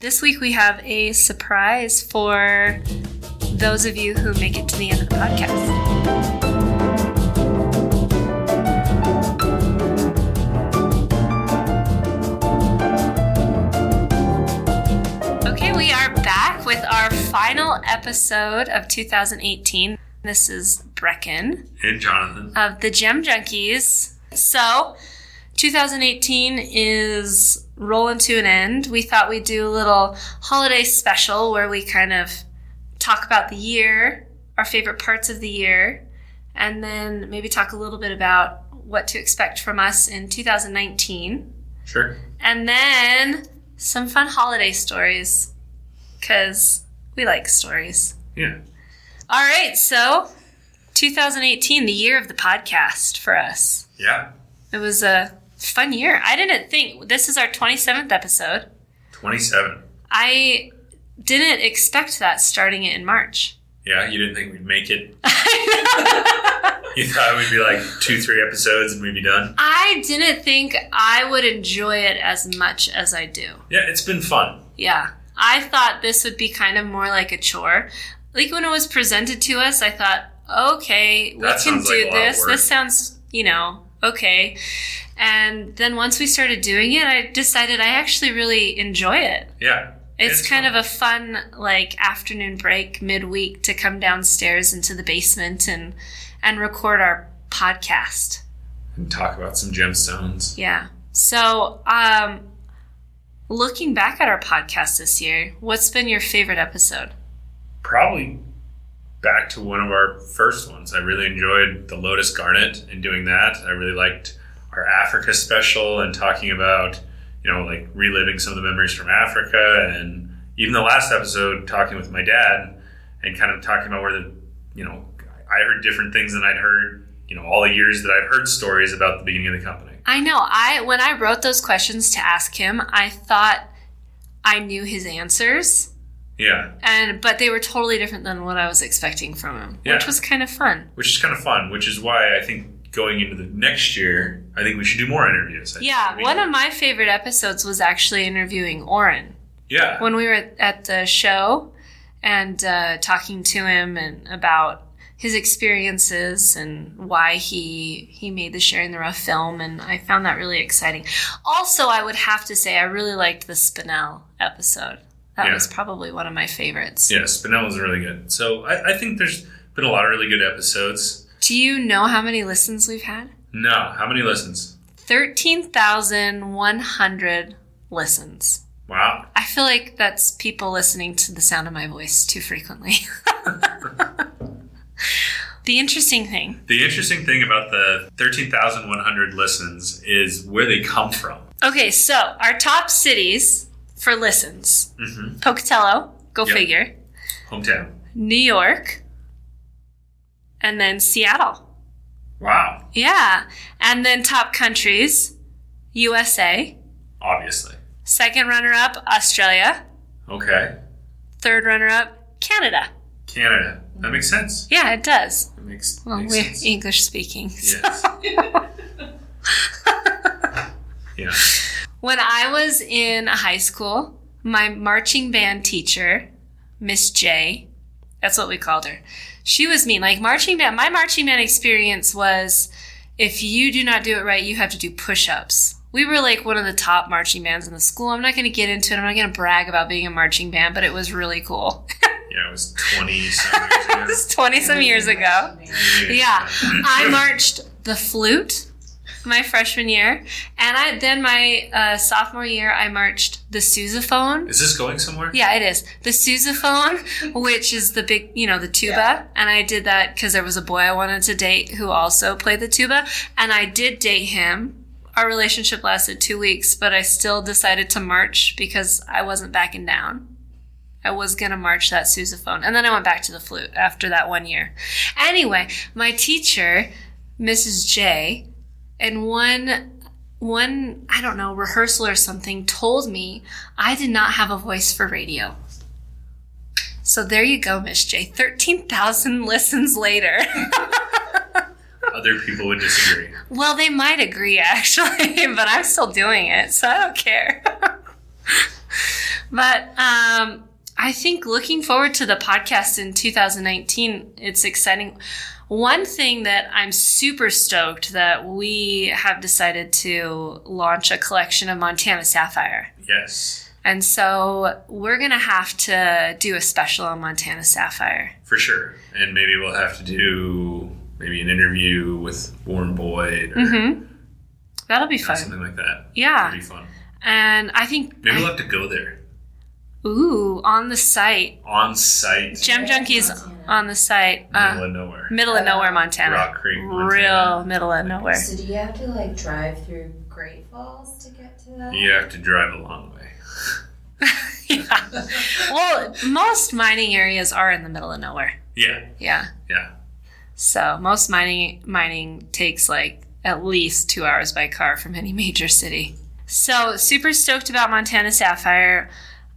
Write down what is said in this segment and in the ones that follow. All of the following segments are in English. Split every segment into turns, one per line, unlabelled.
This week we have a surprise for those of you who make it to the end of the podcast. Okay, we are back with our final episode of 2018. This is Brecken
And Jonathan.
of the Gem Junkies. So, 2018 is rolling to an end. We thought we'd do a little holiday special where we kind of talk about the year, our favorite parts of the year, and then maybe talk a little bit about what to expect from us in 2019.
Sure.
And then some fun holiday stories because we like stories.
Yeah.
All right, so 2018, the year of the podcast for us.
Yeah.
It was a fun year. I didn't think this is our 27th episode.
27.
I didn't expect that starting it in March.
Yeah, you didn't think we'd make it. You thought we'd be like two, three episodes and we'd be done.
I didn't think I would enjoy it as much as I do.
Yeah, it's been fun.
Yeah. I thought this would be kind of more like a chore. Like when it was presented to us, I thought, okay, we
That
can
sounds like
do
a lot of
this.
work.
This sounds, you know, okay. And then once we started doing it, I decided I actually really enjoy it.
Yeah.
It's kind of a fun, like, afternoon break midweek to come downstairs into the basement and and record our podcast.
And talk about some gemstones.
Yeah. So, um, looking back at our podcast this year, what's been your favorite episode?
Probably back to one of our first ones. I really enjoyed the Lotus Garnet and doing that. I really liked our Africa special and talking about, you know, like reliving some of the memories from Africa and even the last episode talking with my dad and kind of talking about where the, you know, I heard different things than I'd heard, you know, all the years that I've heard stories about the beginning of the company.
I know. I when I wrote those questions to ask him, I thought I knew his answers,
Yeah.
and but they were totally different than what I was expecting from him, which
Yeah.
was kind of fun.
Which is kind of fun, which is why I think going into the next year, I think we should do more interviews. I think
Yeah,
we-
one of my favorite episodes was actually interviewing Oren.
Yeah.
when we were at the show and uh, talking to him and about his experiences and why he he made the sharing the rough film and i found that really exciting also i would have to say i really liked the spinel episode that
Yeah.
was probably one of my favorites
Yeah, Spinel was really good. So I, I think there's been a lot of really good episodes.
do you know how many listens we've had
No, how many listens?
13100 listens
Wow.
i feel like that's people listening to the sound of my voice too frequently the interesting thing
The interesting thing about the 13,100 listens is where they come from.
Okay, so our top cities for listens
hmm
Pocatello, go
Yep.
figure,
Hometown.
New York, and then Seattle.
Wow.
Yeah. And then top countries USA,
Obviously.
second runner up, Australia,
Okay.
third runner up, Canada.
Canada. That makes sense.
Yeah, it does.
That makes,
Well,
makes
we're
sense.
English speaking.
Yes. yeah.
When I was in high school, my marching band teacher, Miss J, that's what we called her. She was mean. Like marching band, my marching band experience was if you do not do it right, you have to do push-ups. We were like one of the top marching bands in the school. I'm not going to get into it. I'm not going to brag about being a marching band, but it was really cool.
Yeah, it was 20 something
it was 20 some years ago. Yeah. I marched the flute my freshman year, and I then my uh, sophomore year I marched the sousaphone.
Is this going somewhere?
Yeah, it is the sousaphone, which is the big, you know, the tuba. And I did that because there was a boy I wanted to date who also played the tuba, and I did date him. Our relationship lasted two weeks, but I still decided to march because I wasn't backing down. I was going to march that sousaphone. And then I went back to the flute after that one year. Anyway, my teacher, Mrs. J, in one one I don't know, rehearsal or something told me I did not have a voice for radio. So there you go, Miss J. 13,000 listens later.
Other people would disagree.
well, they might agree actually, but I'm still doing it, so I don't care. But um, I think looking forward to the podcast in 2019, it's exciting. One thing that I'm super stoked that we have decided to launch a collection of Montana Sapphire.
Yes,
And so we're going to have to do a special on Montana Sapphire.
for sure. And maybe we'll have to do maybe an interview with Warren Boyd or
hmm That'll be
you know,
fun.
something like that.
Yeah.
That'd be fun.
And I think,
Maybe we'll have to go there
ooh, on the site,
on site,
Gem Junkies on the site,
middle
uh,
of nowhere,
middle of nowhere, Montana.
Rock Creek, Montana.
Real middle of nowhere.
So do you have to like drive through Great Falls to get to that?
You have to drive a long way.
yeah. Well, most mining areas are in the middle of nowhere.
Yeah,
Yeah.
yeah,
So most mining mining takes like at least two hours by car from any major city. So super stoked about Montana Sapphire.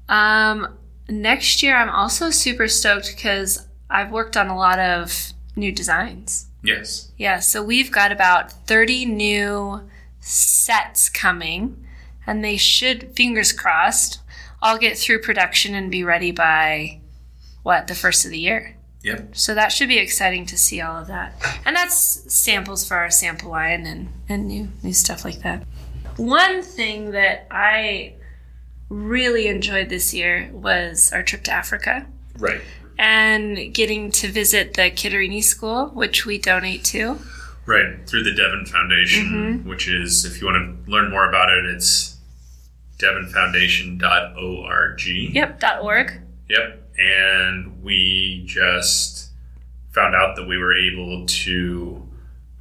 Um, next year, I'm also super stoked because I've worked on a lot of new designs.
yes,
Yeah, so we've got about 30 new sets coming, and they should, fingers crossed, all get through production and be ready by what, the first of the year.
yep,
So that should be exciting to see all of that. And that's samples for our sample line and, and new new stuff like that. One thing that I really enjoyed this year was our trip to Africa
right.
and getting to visit the Kitterini School, which we donate to.
Right, through the Devon Foundation,
Mm-hmm.
which is, if you want to learn more about it, it's devonfoundation.org.
Yep, dot org.
Yep. And we just found out that we were able to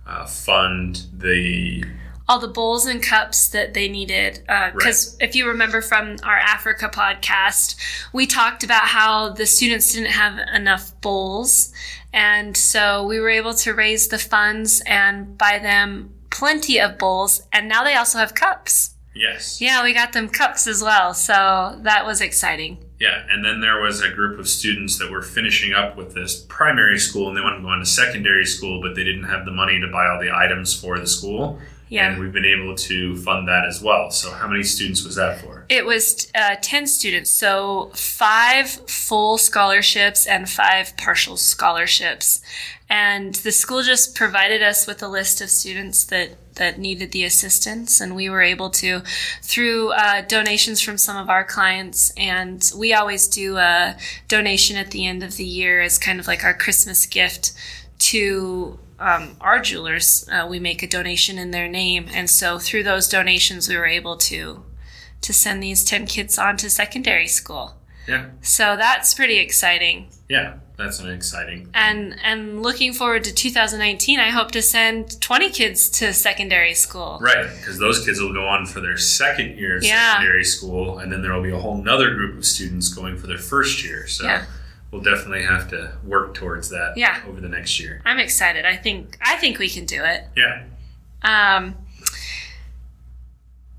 uh, fund the.
All the bowls and cups that they needed. Because if you remember from our Africa podcast, we talked about how the students didn't have enough bowls. And so we were able to raise the funds and buy them plenty of bowls. And now they also have cups.
Yes.
Yeah, we got them cups as well. So that was exciting.
Yeah, and then there was a group of students that were finishing up with this primary school and they wanted to go on to secondary school, but they didn't have the money to buy all the items for the school.
Yeah.
And we've been able to fund that as well. So, how many students was that for?
It was uh, 10 students, so five full scholarships and five partial scholarships. And the school just provided us with a list of students that, that needed the assistance, and we were able to, through uh, donations from some of our clients, and we always do a donation at the end of the year as kind of like our Christmas gift to um, our jewelers. Uh, we make a donation in their name, and so through those donations, we were able to to send these 10 kids on to secondary school.
Yeah,
So that's pretty exciting.
yeah, that's an exciting.
And and looking forward to 2019, I hope to send 20 kids to secondary school.
Right, because those kids will go on for their second year of
Yeah.
secondary school, and then there will be a whole nother group of students going for their first year. So,
Yeah.
we'll definitely have to work towards that
Yeah.
over the next year.
I'm excited. I think I think we can do it.
Yeah.
Um,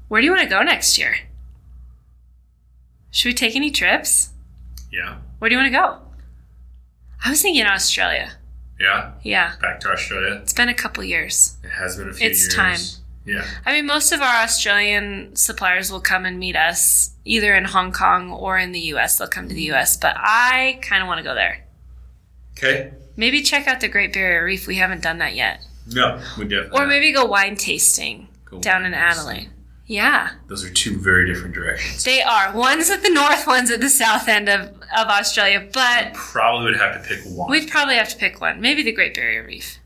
where do you want to go next year? Should we take any trips?
Yeah.
Where do you want to go? I was thinking Australia.
Yeah.
Yeah,
Back to Australia.
it's been a couple years.
It has been a few
It's
years.
time.
Yeah.
I mean, most of our Australian suppliers will come and meet us either in Hong Kong or in the US. They'll come to the US, but I kind of want to go there.
Okay.
Maybe check out the Great Barrier Reef. We haven't done that yet.
No, we definitely.
Or maybe go wine tasting
Uh, Go
down in
wine tasting.
Adelaide. Yeah,
Those are two very different directions.
they are. One's at the north, one's at the south end of, of Australia, but
Probably would have to pick one.
we'd probably have to pick one. Maybe the Great Barrier Reef.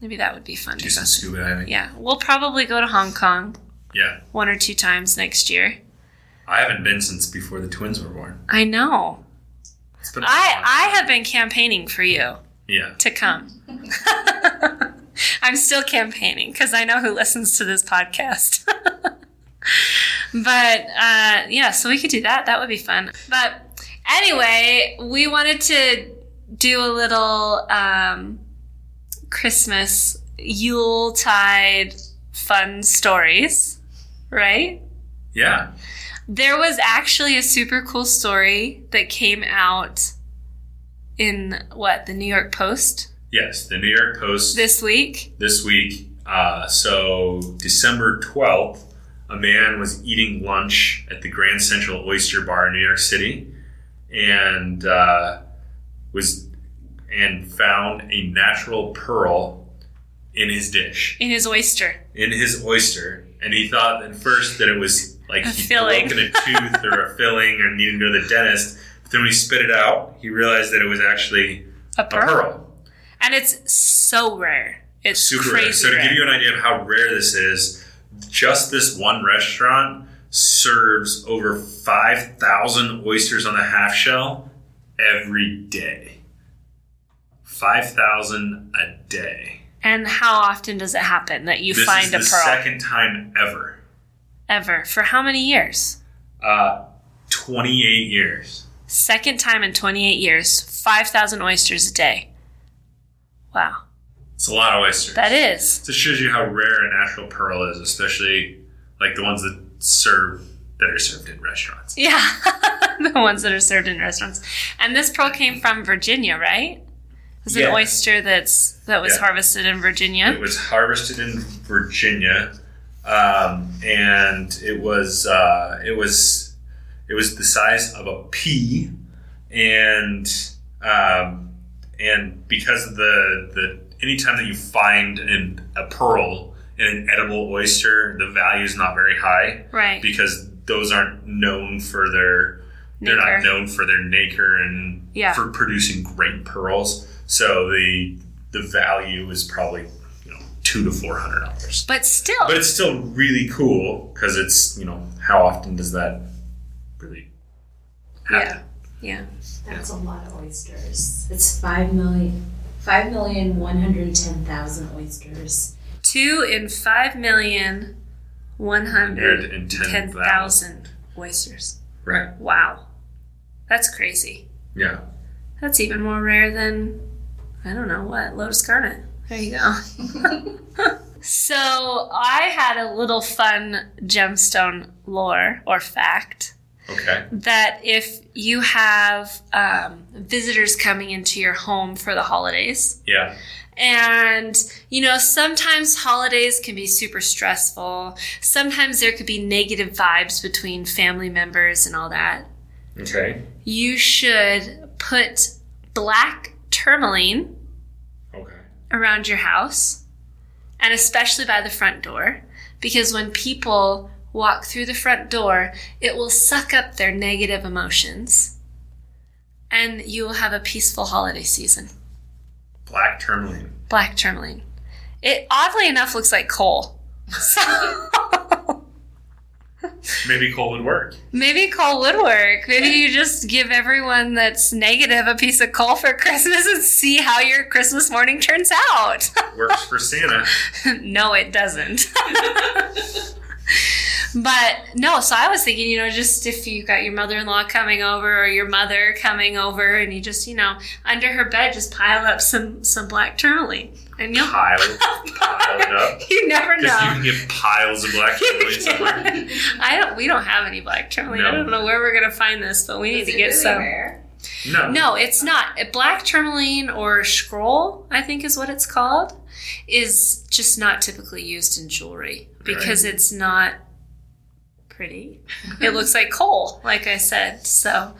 Maybe that would be fun.
do
To go.
some scuba diving.
Yeah, we'll probably go to Hong Kong
Yeah.
one or two times next year.
I haven't been since before the twins were born.
I know.
It's been a
I
long-
I have been campaigning for you
Yeah.
to come. I'm still campaigning because I know who listens to this podcast. but uh, yeah, so we could do that. That would be fun. But anyway, we wanted to do a little um, Christmas Yule tide fun stories, right?
Yeah.
There was actually a super cool story that came out in what, the New York Post
Yes. The New York Post.
this week.
this week. Uh, so December twelfth, a man was eating lunch at the Grand Central Oyster Bar in New York City, and uh, was and found a natural pearl in his dish,
in his oyster.
in his oyster, and he thought at first that it was like
A
he
filling.
broken a tooth or a filling or needed to go to the dentist. But then when he spit it out, he realized that it was actually
A
a
pearl.
pearl.
And it's so rare. It's
super
crazy
rare. So to
rare.
give you an idea of how rare this is, just this one restaurant serves over five thousand oysters on the half shell every day. Five thousand a day.
and how often does it happen that you
this
find
is
a
the
pearl
second time ever.
ever? For how many years?
Uh, Twenty-eight years.
Second time in 28 years, 5,000 oysters a day. Wow.
It's a lot of oysters.
That is.
This shows you how rare a natural pearl is, especially like the ones that serve that are served in restaurants.
Yeah. the ones that are served in restaurants. And this pearl came from Virginia, right? It's
Yeah.
an oyster that's that was
Yeah.
harvested in Virginia.
It was harvested in Virginia, um, and it was uh, it was it was the size of a pea, and um, and because of the the anytime that you find an, a pearl in an edible oyster, the value is not very high
Right.
because those aren't known for their they're
Nacre.
not known for their nacre and
Yeah.
for producing great pearls. So the the value is probably you know two to four hundred dollars.
But still,
But it's still really cool because it's you know how often does that really happen?
yeah.
That's a lot of oysters. It's five million, five million one hundred ten thousand oysters.
Two in five million one hundred and ten thousand oysters.
Right.
Wow. That's crazy.
Yeah.
That's even more rare than I don't know what, Lotus Garnet. There you go. so I had a little fun gemstone lore or fact
Okay.
that if you have um, visitors coming into your home for the holidays,
Yeah.
and, you know, sometimes holidays can be super stressful. Sometimes there could be negative vibes between family members and all that.
Okay.
You should put black tourmaline
Okay.
around your house and especially by the front door because when people walk through the front door, it will suck up their negative emotions and you will have a peaceful holiday season.
Black tourmaline.
black tourmaline. It oddly enough looks like coal. So
Maybe coal would work.
maybe coal would work. Maybe you just give everyone that's negative a piece of coal for Christmas and see how your Christmas morning turns out.
Works for Santa.
no, it doesn't. but no, so I was thinking, you know, just if you got your mother in law coming over or your mother coming over and you just, you know, under her bed just pile up some some black tourmaline and you'll
Pile, pile it up.
you never know.
Because you can get piles of black tourmaline somewhere.
I don't. We don't have any black tourmaline. I
No.
don't know where we're gonna find this, but we need
Is
to
it
get
really
some.
rare?
No.
No, it's not. A Black tourmaline or scroll, I think is what it's called, is just not typically used in jewelry because it's not pretty. it looks like coal, like I said. So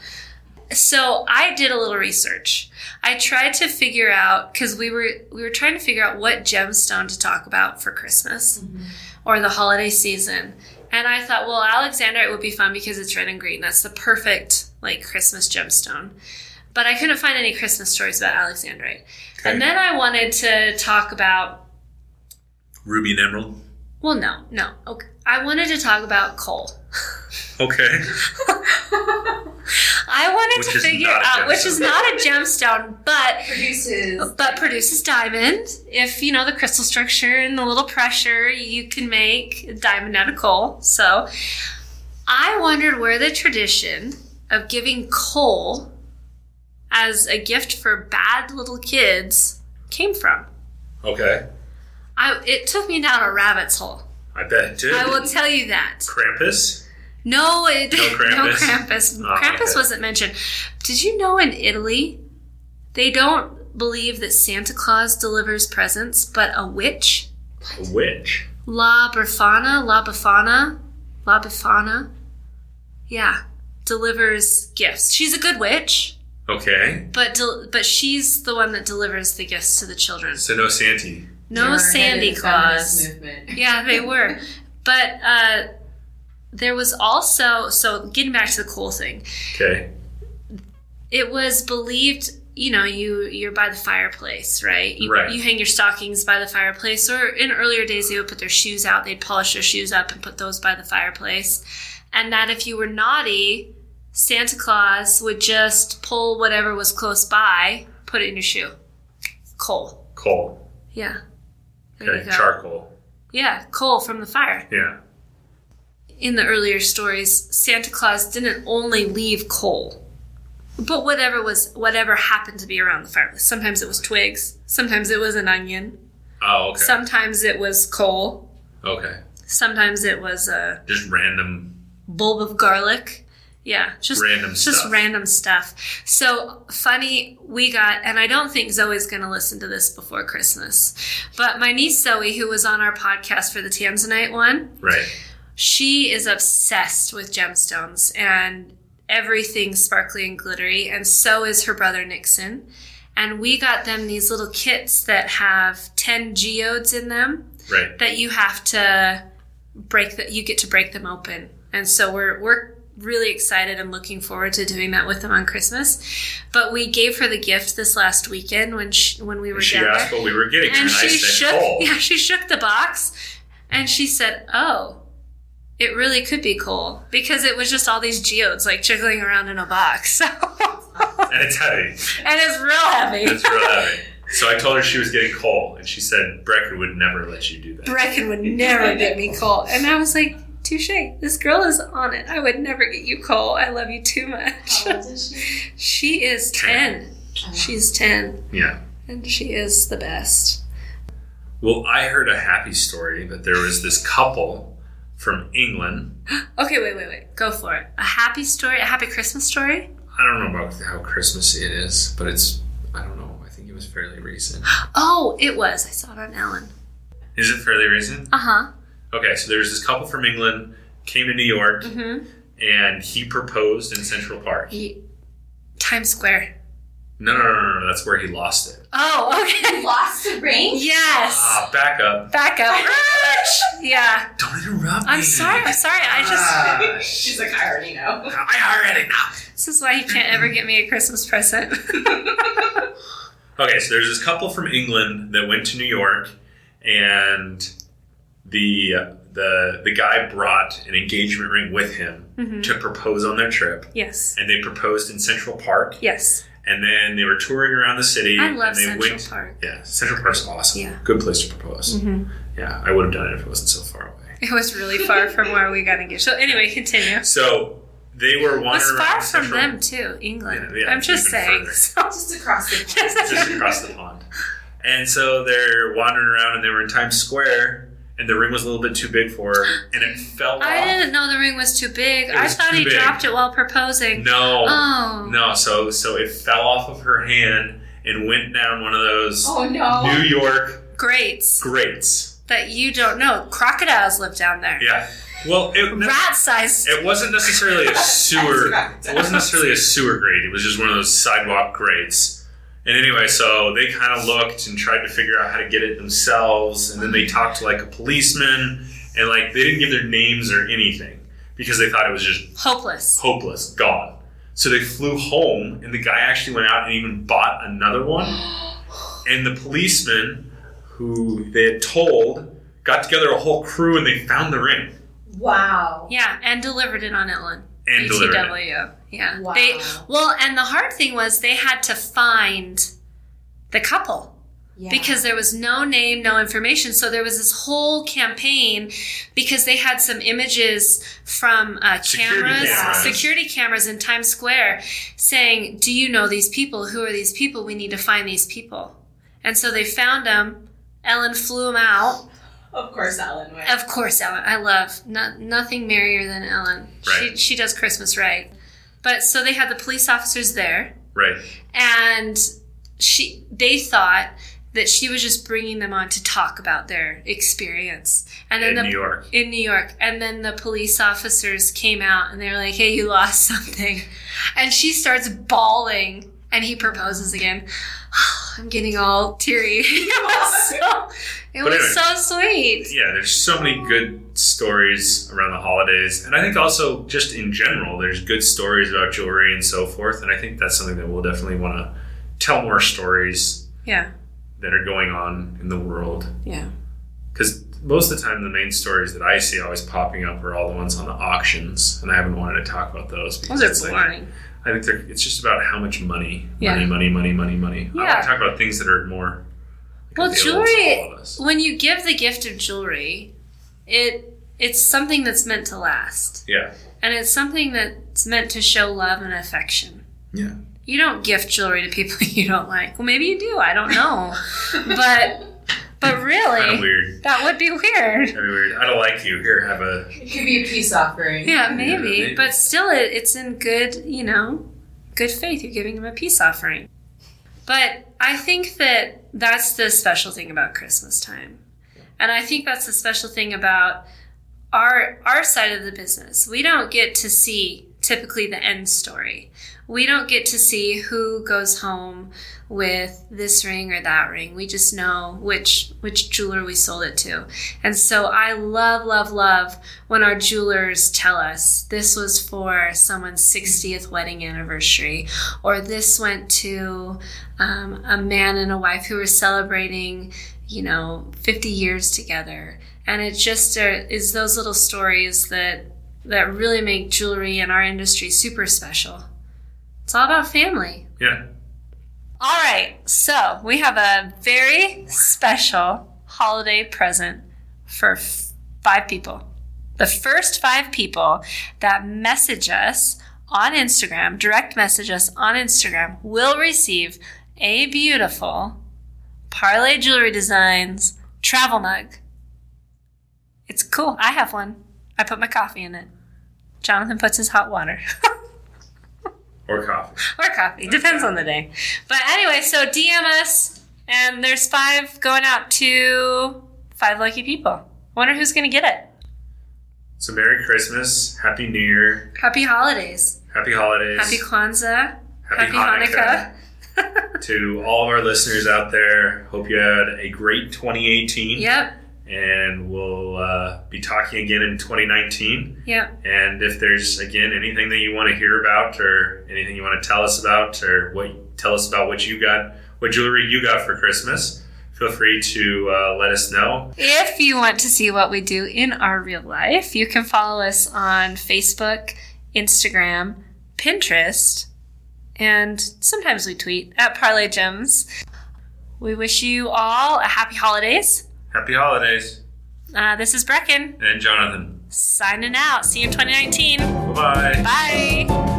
so I did a little research. I tried to figure out cuz we were we were trying to figure out what gemstone to talk about for Christmas or the holiday season. And I thought, well, Alexandrite would be fun because it's red and green. That's the perfect like Christmas gemstone but I couldn't find any Christmas stories about Alexandrite.
Okay.
And then I wanted to talk about,
Ruby and emerald.
well, no, no. Okay. I wanted to talk about coal.
Okay.
I wanted
Which
to
is
figure
not a
out, which is
gemstone.
not a gemstone, but
Produces.
but produces diamond. If you know the crystal structure and the little pressure, you can make diamond out of coal. So I wondered where the tradition of giving coal as a gift for bad little kids came from.
Okay.
I, it took me down a rabbit's hole.
I bet it did.
I will tell you that.
Krampus?
No, it,
No
no
Krampus?
Krampus.
Oh,
Krampus
okay.
wasn't mentioned. Did you know in Italy, they don't believe that Santa Claus delivers presents, but a witch,
A witch.
La Befana, La Befana, La Befana. Yeah, delivers gifts. She's a good witch,
Okay.
but del- but she's the one that delivers the gifts to the children.
So no Santi.
No Sandy Claus.
Movement.
Yeah, they were. But uh, there was also, so getting back to the coal thing,
Okay.
it was believed, you know, you, you're by the fireplace, right? You,
Right.
you hang your stockings by the fireplace. Or in earlier days, they would put their shoes out, they'd polish their shoes up and put those by the fireplace. And that if you were naughty, Santa Claus would just pull whatever was close by, put it in your shoe. Coal.
Coal.
Yeah. There you
Okay.
go.
Charcoal.
Yeah, coal from the fire.
Yeah.
in the earlier stories, Santa Claus didn't only leave coal, but whatever was whatever happened to be around the fireplace. Sometimes it was twigs, sometimes it was an onion,
Oh, okay.
sometimes it was coal,
okay.
sometimes it was a
Just random.
bulb of garlic. Yeah, just
Random
just
stuff.
random stuff. So funny, we got, and I don't think Zoe's going to listen to this before Christmas, but my niece Zoe, who was on our podcast for the Tanzanite one,
Right.
she is obsessed with gemstones and everything sparkly and glittery, and so is her brother Nixon. And we got them these little kits that have 10 geodes in them
Right.
that you have to break that you get to break them open. And so we're we're really excited and looking forward to doing that with them on Christmas. But we gave her the gift this last weekend when she, when we were
She
down there
asked what we were getting, and,
and
I
she
said "Oh."
shook
coal.
yeah she shook the box and she said oh it really could be coal because it was just all these geodes like jiggling around in a box and
And it's heavy.
it's real heavy
It's real heavy. So I told her she was getting coal, and she said Brecken would never let you do that.
Brecken would never get me coal and I was like touche this girl is on it I would never get you coal I love you too much
How old is she?
she is 10 she's 10
yeah.
and she is the best
Well, I heard a happy story that there was this couple from England.
okay wait wait wait go for it a happy story a happy Christmas story
I don't know about how Christmassy it is, but it's I don't know. I think it was fairly recent.
Oh, it was. I saw it on Ellen.
Is it fairly recent?
Uh huh.
Okay, so there was this couple from England came to New York,
Mm-hmm.
and he proposed in Central Park.
Times Square.
No, no, no, no, no. That's where he lost it.
Oh,
You
okay.
lost the ring?
yes.
Ah, back up.
Back up. yeah.
Don't interrupt me.
I'm sorry. I'm sorry. I just.
Ah,
She's like, I already know.
I already know.
This is why you can't ever get me a Christmas present.
Okay, so there's this couple from England that went to New York, and the the the guy brought an engagement ring with him
Mhm.
to propose on their trip,
Yes.
and they proposed in Central Park,
Yes.
and then they were touring around the city.
I love
and they
Central
went,
Park.
Yeah, Central Park's awesome.
Yeah.
good place to propose.
Mm-hmm.
Yeah, I would have done it if it wasn't so far away.
It was really far from where we got engaged. So anyway, continue. It
So they were wandering
was
around
far from
Central-
them too, England.
Yeah, yeah,
I'm
it's
just
even
saying.
further.
So-
Just across the pond.
just across the pond. And so they're wandering around, and they were in Times Square, and the ring was a little bit too big for her, and it fell
I
off.
didn't know the ring was too big.
It
I
was
thought
too
he
big.
dropped it while proposing.
No,
Um.
Oh.
no. So so it fell off of her hand and went down one of those
Oh no.
New York
Grates
grates.
that you don't know. Crocodiles live down there.
Yeah. Well, it no,
Rat sized.
it wasn't necessarily a sewer.
That's right.
It wasn't necessarily a sewer grate. It was just one of those sidewalk grates. And anyway, so they kind of looked and tried to figure out how to get it themselves. And then they talked to like a policeman, and like they didn't give their names or anything because they thought it was just
Hopeless.
hopeless, gone. So they flew home, and the guy actually went out and even bought another one. And the policeman who they had told got together a whole crew and they found the ring
Wow.
Yeah, and delivered it on Itland.
and delivered it.
BTW. Yeah.
Wow.
They well, and the hard thing was they had to find the couple
Yeah.
because there was no name, no information. So there was this whole campaign because they had some images from uh,
Security
cameras,
cameras.
security cameras in Times Square saying, Do you know these people? Who are these people? We need to find these people. And so they found them. Ellen flew them out.
of course Ellen went.
Of course, Ellen. I love no, nothing merrier than Ellen. She,
Right.
she does Christmas right. But so they had the police officers there
Right.
and she they thought that she was just bringing them on to talk about their experience. And then
in
the
New York.
in New York. And then the police officers came out and they were like, hey, you lost something. And she starts bawling and he proposes again. I'm getting all teary. it was so, it
But
was so sweet.
Yeah, there's so many good stories around the holidays, and I think also just in general, there's good stories about jewelry and so forth. And I think that's something that we'll definitely want to tell more stories
Yeah.
that are going on in the world.
Yeah.
Because most of the time, the main stories that I see always popping up are all the ones on the auctions, and I haven't wanted to talk about those.
Those
it's
are
like-
boring.
I think they're, it's just about how much money,
Yeah.
money, money, money, money, money. I
Yeah.
want to talk about things that are more. like,
Well,
available to
jewelry-
all of us.
When you give the gift of jewelry, it it's something that's meant to last.
Yeah,
And it's something that's meant to show love and affection.
yeah.
You don't gift jewelry to people you don't like. Well, maybe you do. I don't know. but but
Kind of
really,
weird.
that would be weird.
Kind of weird. I don't like you. Here, have a
It could be a peace offering.
Yeah,
Yeah,
maybe.
maybe.
But still, it, it's in good, you know, good faith. You're giving them a peace offering. But I think that that's the special thing about Christmas time. And I think that's the special thing about our our side of the business. We don't get to see typically the end story. We don't get to see who goes home with this ring or that ring. We just know which which jeweler we sold it to. And so I love love love when our jewelers tell us this was for someone's 60th wedding anniversary or this went to um, a man and a wife who were celebrating you know 50 years together and it just are, is those little stories that that really make jewelry and our industry super special it's all about family
yeah.
all right, so we have a very special holiday present for f- five people. The first five people that message us on Instagram, direct message us on Instagram, will receive a beautiful Parlay Jewelry Designs travel mug. It's cool. I have one. I put my coffee in it. Jonathan puts his hot water.
Or coffee.
or coffee. Depends on the day. But anyway, so DM us, and there's five going out to five lucky people. Wonder who's gonna get it.
So Merry Christmas, Happy New Year,
Happy holidays.
Happy holidays,
Happy Kwanzaa.
Happy
Hanukkah.
to all of our listeners out there. Hope you had a great 2018.
Yep.
And we'll uh, be talking again in 2019.
Yep.
And if there's again anything that you want to hear about, or anything you want to tell us about, or what tell us about what you got, what jewelry you got for Christmas, feel free to uh, let us know.
If you want to see what we do in our real life, you can follow us on Facebook, Instagram, Pinterest, and sometimes we tweet at Parlay Gems. We wish you all a happy holidays.
Happy holidays,
Uh, this is Brecken.
and Jonathan.
signing out. See you in 2019.
Bye bye.
Bye.